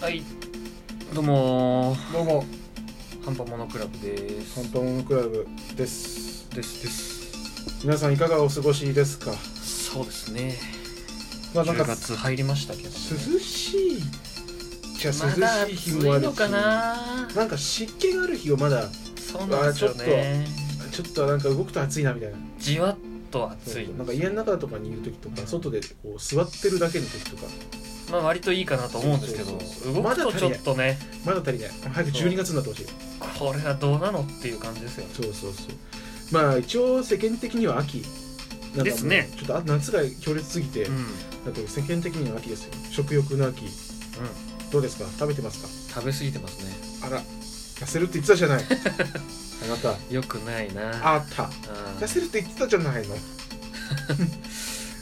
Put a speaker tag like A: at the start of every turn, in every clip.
A: はいどうもー
B: どうも、
A: ハンパモノクラブです
B: ハンパモノクラブです。
A: ですです
B: 皆さんいかがお過ごしですか。
A: そうですね
B: まあなんか
A: 10月入りましたけど、ね、
B: 涼しい。じゃ
A: まだ
B: 涼しい日
A: 暑
B: もあ
A: い
B: るし
A: のかな
B: なんか湿気がある日をまだ
A: そうなんですよね
B: ちょっとなんか動くと暑いなみたいな。
A: じわっと暑い
B: なんか家の中とかにいる時とか、外でこう座ってるだけの時とか、
A: まあ割といいかなと思うんですけど
B: そうそうそう
A: 動
B: ま
A: く
B: だ
A: と
B: 足
A: ち
B: り
A: ょ
B: な
A: っ
B: い
A: とね
B: まだ足りない。早く
A: そう
B: 12月になってほしい。
A: これはどうなのっていう感じですよ
B: そうそうそう。まあ一応世間的には秋。なんかもう
A: ですね
B: ちょっとあ夏が強烈すぎて、
A: うんうん
B: だって世間的には秋ですよ。食欲の秋。どうですか。食べてますか。
A: 食べ過ぎてますね
B: あら、痩せるって言ってたじ ゃない。あなた、
A: よくないなあ
B: あった。
A: ー
B: 痩せるって言ってたじゃないの。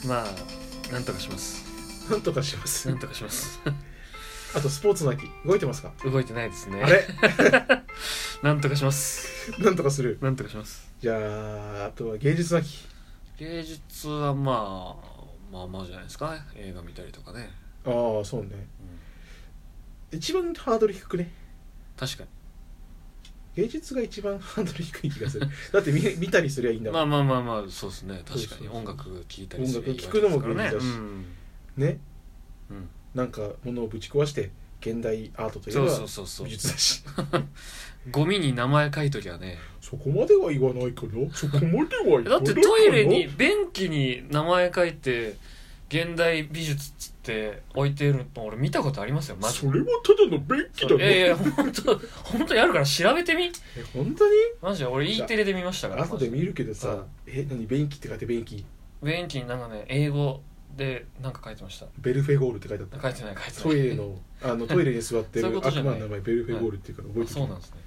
A: まあなんとかします
B: なんとかします
A: な。んとかします
B: あと、スポーツの秋、動いてますか
A: 動いてないですね
B: あれ
A: なんとかします
B: なんとかする。
A: なんとかします
B: じゃあ、あとは芸術の秋。
A: 芸術はまあまあまあじゃないですか映画見たりとかね、
B: ああ、そうね。
A: うん
B: 一番ハードル低くね。
A: 確かに
B: 芸術が一番ハードル低い気 がする。だって見見たりすりゃいいんだも
A: ま
B: ん。
A: あまあまあまあそうですね確か
B: そうそう
A: に
B: そう
A: 音楽聴いたりする
B: 音楽聴くのも
A: いいわけですからね
B: ね。
A: うん、うん
B: なんか、物をぶち壊して、現代アートといえ
A: そう
B: ば
A: そうそうそう
B: 美術だし。
A: ゴミに名前書いときはね
B: そこまでは言わないかな。そこまでは言わない
A: だ
B: かな。
A: ってトイレに便器に名前書いて現代美術っつって置いてるの俺見たことありますよマジ
B: それはただの便器だ
A: いやい
B: ね。
A: や本当本当にあるから調べてみ
B: え本当に
A: マジで俺 E テレで見ましたから
B: 後で見るけど
A: はい
B: さ、え、何、便器って書いて便器、
A: 便器になんかね英語でなんか書いてました
B: ベルフェゴールって書いてあった。
A: 書いてない書いてない
B: トイレの、あの、トイレに座って
A: そういう
B: る
A: こと
B: 悪
A: じゃない
B: 魔の名前、ベルフェゴールっていうから覚え
A: あ
B: て
A: そうなん
B: る。
A: ですね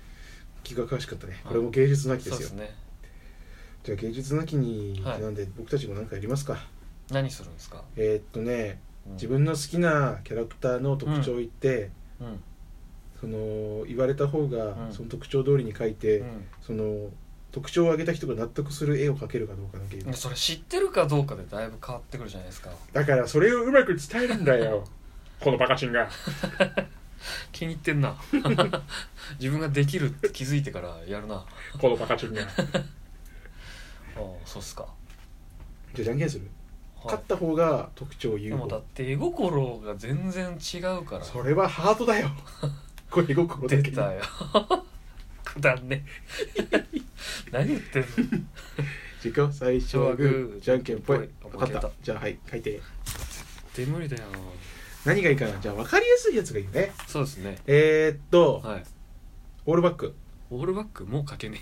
B: 気が詳しかったね。
A: はい
B: これも芸術なきで
A: そう
B: す
A: で
B: よ
A: す。ね
B: じゃあ芸術なきに、
A: はい
B: なんで僕たちもなんかやりますか。
A: 何するんですか、
B: えーっとね、
A: うん
B: 自分の好きなキャラクターの特徴を言って、
A: うん
B: その、言われた方が
A: う、ん
B: その特徴通りに書いうて、
A: ん
B: その、特徴を挙げた人が納得する絵を描けるかどうかのゲー
A: でも
B: ム。
A: それ知ってるかどうかでだいぶ変わってくるじゃないですか
B: だからそれをうまく伝えるんだよ。 このバカチンが。
A: 気に入ってんな 自分ができるって気づいてからやるなあ
B: このバカチンが。
A: あそうっすか、
B: じゃあじゃんけんする、
A: は
B: 勝った方が特徴を
A: い、
B: 言
A: で
B: う
A: もだって絵心が全然違うから
B: それはハートだよ これ心だ
A: 出
B: け
A: たよ くだんね 何言ってんの
B: 自己最初はグーじゃんけんぽ
A: ぽ
B: い
A: い
B: 分かっ
A: 負け
B: た
A: た
B: じゃあはい書いて
A: 出無理だよ
B: 何がいいかなじゃあ分かりやすいやつがいいよね
A: そうですね
B: えー、っと、
A: はい
B: オールバック
A: オールバックもう書けねえ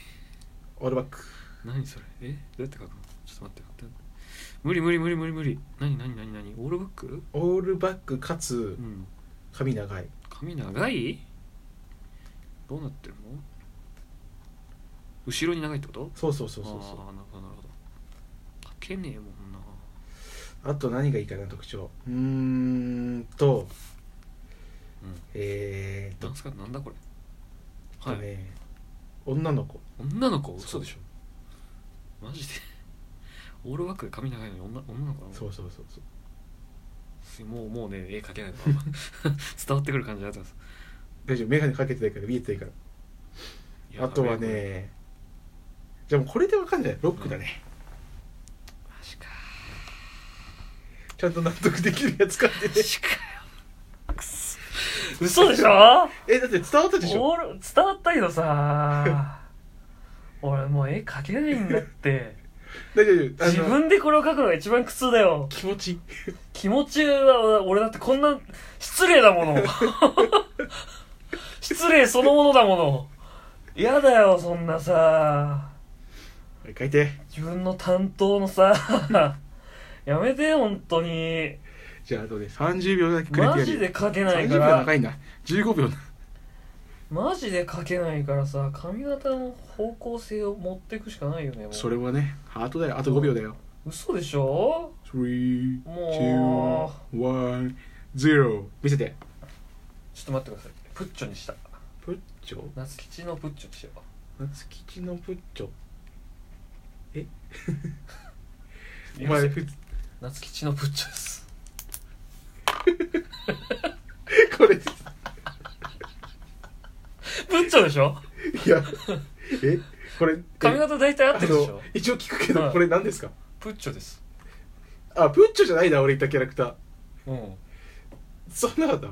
B: オールバック
A: 何それえどうやって書くのちょっと待って待って無理無理無理無理無理何何何何オールバック
B: オールバックかつ
A: うん
B: 髪長い
A: 髪長いどうなってるの後ろに長いってこと
B: そうそうそうそうそう
A: あーなるほどなるほど書けねえもんな
B: あと何がいいかな特徴うーんと
A: うん
B: えー、っと
A: なんすかなんだこれ
B: えっと
A: はい
B: ね、女の子
A: 女の子嘘
B: そう
A: でしょマジで オールバックで髪長いのに女女の子なの
B: そうそうそうそう
A: もうもうね絵描け ないの伝わってくる感じになってます
B: 大丈夫眼鏡かけてないから見えてないから
A: いや
B: あとはねじゃあもうこれでわかんないロックだね、
A: マジか
B: ちゃんと納得できるやつ買って
A: マ
B: ね
A: ジかよくそ 嘘でしょ
B: えだって伝わったでしょ
A: オール伝わったけどさ俺もう絵描けないんだって
B: 大丈夫 あの
A: 自分でこれを描くのが一番苦痛だよ
B: 気持ち
A: 気持ちは俺だってこんな失礼だもの 失礼そのものだもの嫌だよそんなさ
B: はい書いて
A: 自分の担当のさ やめて本当に
B: じゃああとで30秒だけくれてやる
A: マジで描けない
B: 30
A: か
B: 秒
A: ら
B: 長いんだ15秒だ
A: マジで描けないからさ髪型の方向性を持っていくしかないよねもう
B: それはねハートだよあと5秒だよ
A: 嘘でしょも
B: 321見せて
A: ちょっと待ってくださいプッチョにした
B: プッチョ
A: 夏吉のプッチョにしよ
B: 夏吉のプッチョ
A: う
B: お前プッ
A: 夏吉のプッチョです
B: これ
A: でしょ
B: いやえこれ
A: 髪型大体合ってるでし
B: あの
A: ょ
B: 一応聞くけど、
A: はい
B: これ何ですか
A: プッチョです
B: あプッチョじゃないな俺言ったキャラクター
A: うん
B: そんなかった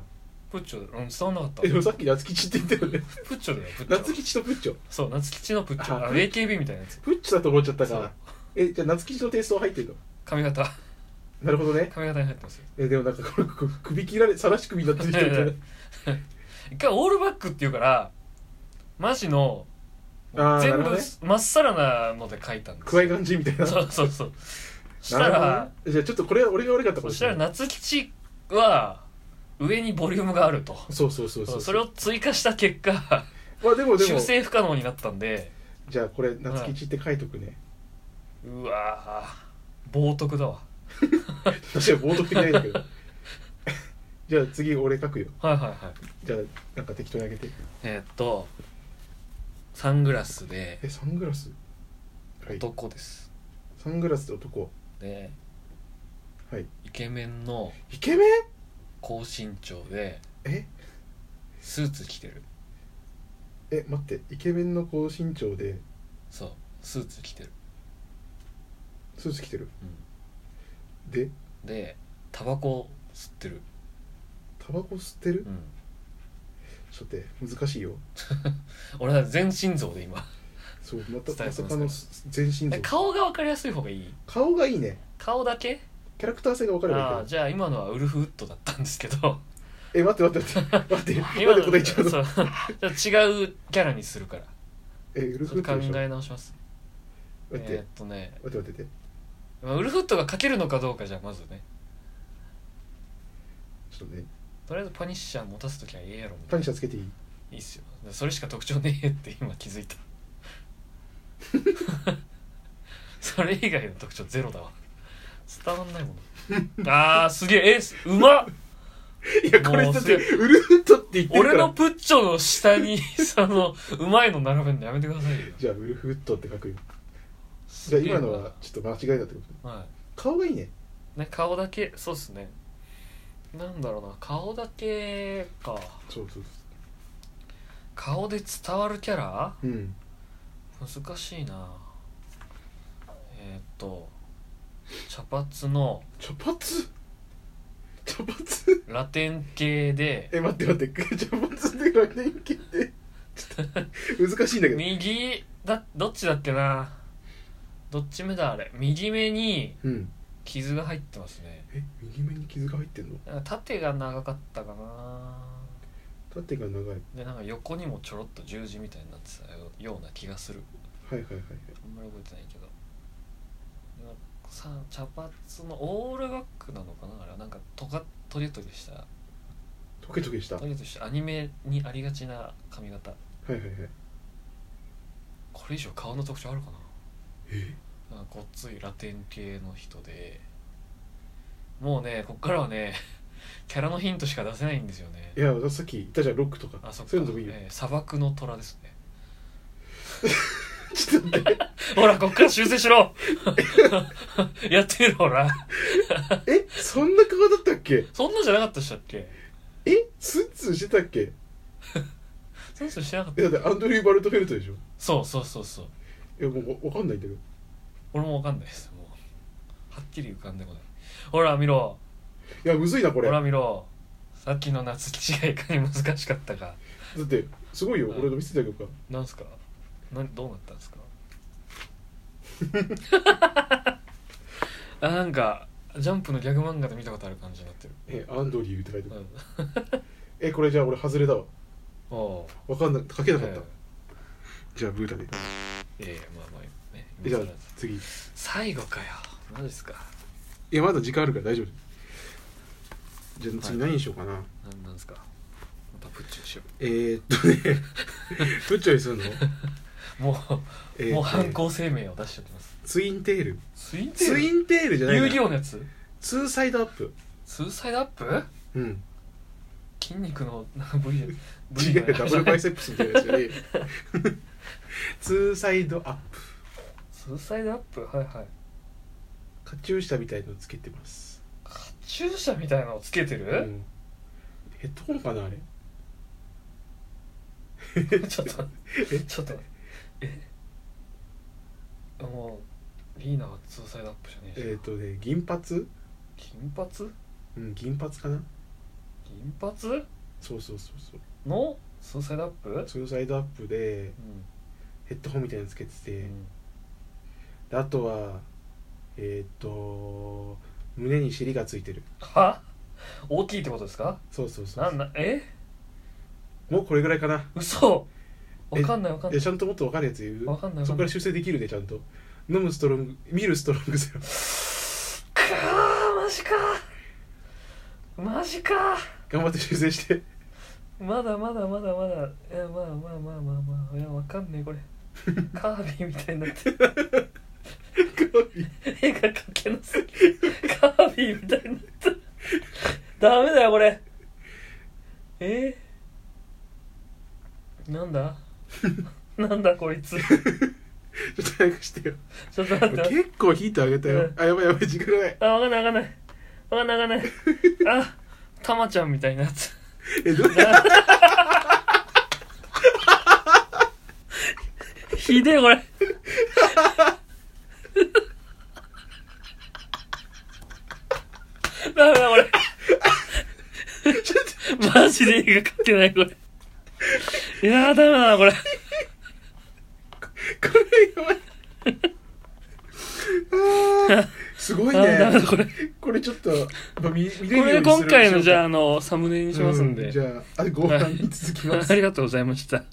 A: プッチョだうん伝わんなかった
B: えでもさっき夏吉って言ったよね
A: プッチョだよプッチョ
B: 夏吉とプッチョ
A: そう夏吉のプッチョ
B: あ
A: あ AKB みたいなやつ
B: プッチョだと思っちゃったか
A: そう
B: らえじゃあ夏吉のテイストは入ってるの
A: 髪型
B: なるほどね
A: 髪型に入ってますよ
B: えでもなんかこれこ首切られさらし首になってる人みたいな
A: 一回オールバックっていうからマジの
B: あーな
A: 全
B: るほ
A: 部
B: どね
A: まっさらなので書いたんです
B: クワイガンジみたい な
A: そうそうそうした
B: なるほど
A: ら
B: ね、じゃあちょっとこれは俺が悪かったか
A: そ
B: も
A: し
B: したれ
A: ら
B: ない
A: 夏吉は上にボリュームがあると
B: そうそうそう
A: そうう
B: う
A: それを追加した結果
B: まあでもでも
A: 修正不可能になったんで
B: じゃあこれ夏吉って書いとくね
A: うわー冒涜だわ
B: 私は冒涜的ないんだけど じゃあ次俺書くよ
A: はいはいはい
B: じゃあなんか適当にあげて
A: えーっとサングラスで
B: えサングラスはい
A: 男です、
B: サングラスで男
A: で
B: はい
A: イケメンの
B: イケメン
A: 高身長で
B: え
A: スーツ着てる
B: え待ってイケメンの高身長で
A: そうスーツ着てる、
B: スーツ着てる
A: う
B: で
A: ん、でタバコ吸ってる、
B: タバコ吸ってる
A: うん、
B: ちょっと待って難しいよ
A: 俺は全身像で今
B: そうまた
A: 伝えてま
B: ますさ
A: ね
B: かのす全身像
A: え顔が分かりやすい方がいい
B: 顔がいいね
A: 顔だけ
B: キャラクター性が分かればいい
A: ああ
B: けど
A: じゃあ今のはウルフウッドだったんですけど
B: え待って待って 待って待って
A: 今
B: 今
A: の
B: で答えちゃうの
A: そうじゃあ違うキャラにするから
B: えウル
A: ち
B: フ
A: ょっと
B: ル
A: 考
B: トでしょ待
A: え直します
B: っ
A: えーってとね、
B: 待って待って待って
A: まあ、ウルフウッドが書けるのかどうかじゃあまずね
B: ちょっとね
A: とりあえずパニッシャー持たすときはええやろみた
B: パ
A: い
B: ニシャつけていい
A: ないいっすよそれしか特徴ねえって今気づ いたそれ以外の特徴ゼロだわ伝わんないもんあーすげええすうまっ
B: いやこれ
A: もう
B: だっ
A: す
B: て
A: げえ
B: ウルフルトって言ってる
A: 俺
B: か
A: の
B: ら
A: プッチョの下 にそのうまいの並べるのやめてくださいよ
B: じゃあウルフルトって書くよじ
A: じ
B: ゃあ今のはちょっと間違いだってこと
A: は
B: 顔がいいね
A: いね顔だけそうっすねなんだろうな顔だけか
B: そうそう
A: 顔で伝わるキャラ
B: そううん
A: 難しいなえーっと茶髪の
B: 茶髪茶髪
A: ラテン系で
B: え待って待って 茶髪で 来年期ってちょっと難しいんだけど
A: 右だどっちだっけなどっち目だあれ右目に
B: うん
A: 傷が入ってますね
B: え右目に傷が入ってんの
A: なんか縦が長かったかな
B: 縦が長いはい
A: でなんか横にもちょろっと十字みたいになってたよような気がする
B: はいはいはい
A: あんまり覚えてないけどなんかさ茶髪のオールバックなのかなあれはなんかとかトゲトゲした
B: トゲトゲしたは
A: ト
B: い
A: ゲトゲしたアニメにありがちな髪型
B: はいはい
A: これ以上顔の特徴あるかな
B: え
A: なんかごっついラテン系の人でもうねこっからはね キャラのヒントしか出せないんですよね
B: いやさっき言ったじゃんロックとか
A: あそっか
B: そういうのでもいいよ、
A: えー砂漠の虎ですね
B: ちょっと待って
A: ほらこっから修正しろ やってるほら
B: えそんな顔だったっけ
A: そんなじゃなかったでしたっけ
B: えスーツしてたっけ
A: そうそうしてなかっ
B: え
A: た
B: だってアンドリュー・バルトフェルトでしょ
A: そうそうそうそう
B: いやもうわかんないんだけど
A: 俺もわかんないですもうはっきり浮かんでこないほら見ろ
B: いやむずいなこ
A: ほ
B: れ
A: ら
B: だ
A: 見ろさっきの夏吉がいかに難しかったか
B: ってすごいよ
A: うん
B: 俺の見せてあげようか
A: なんすかなんどうなったんです かあなんかジャンプのギャグ漫画で見たことある感じになってる、
B: えアンドリューって書いてあ
A: う
B: る
A: ん、
B: えこれじゃあ俺外れだわ
A: おう
B: わかんな書けなかった
A: え
B: じゃあブータで
A: えええまあまあね
B: えじゃあ
A: 今更です
B: 次い
A: 最後かよマジですか
B: やまだ時間あるから大丈夫じゃあ次何にしようかな、
A: なんなんですかまたプッチュしよ
B: えー、っとね プッチョにするの、
A: うもう、
B: えーっとね
A: もう犯行声明を出しておきます
B: ツインテール
A: ツインテー
B: ツ
A: ル
B: インテールじゃない
A: 遊
B: な
A: 戯王のやつ
B: ツーサイドアップ
A: ツーサイドアップ
B: うん
A: 筋肉の なんか部位部
B: 違
A: 位の
B: う ダブルバイセップスみたいなやつよね ツーサイドアップ
A: ツーサイドアップはいはい
B: カチューシャみたいのつけてます、
A: 注射みたいなのをつけて
B: う
A: る、
B: ん、ヘッドホンかなあれ
A: ちょっと
B: え
A: ちょっとえあもうリーナはツーサイドアップじゃねえし、
B: えっ、とね銀髪
A: 金髪
B: うん銀髪かな
A: 銀髪
B: そうそうそうそう
A: のツーサイドアップうん
B: ツーサイドアップでヘッドホンみたいなのつけてて、
A: うん
B: であとはえっ、と胸に尻がついてる
A: は大きいってことですか
B: そうそうそう
A: なんだえ
B: もうこれぐらいかな
A: 嘘わかんないわかんな
B: え
A: い
B: ちゃんともっと分かるやつ言う
A: わかんないわ
B: そ
A: かんな
B: こから
A: い
B: 修正できるでちゃんと飲むストロング見るストロングゼロ
A: かーマジかマジか
B: 頑張って修 正して
A: まだまだまだまだいやまあまあまあまあまあいやわかんねえこれカービィみたいになってる絵が描けなすぎるカービィみたいになってるダメだよこれえー、なんだなんだこいつ
B: ちょっと早くしてよ
A: ちょっと待って 待って
B: 結構ヒントあげたよ、
A: うん
B: あやばいやばい時間が ない
A: あわかんないわかんないわかんないわかんないあたまちゃんみたいなやつ
B: えどう
A: ひでえこれダメだこれマジで絵が描けないこれいやーダメだなこれ
B: これやばいあーすごい
A: あダメ
B: ね
A: だこれ
B: これちょっとやっぱ見見
A: こ
B: れるようにす
A: れ
B: る
A: 今回のじゃあ
B: あ
A: あのサムネにしますんで、
B: じゃああ後半に続きます
A: ありがとうございました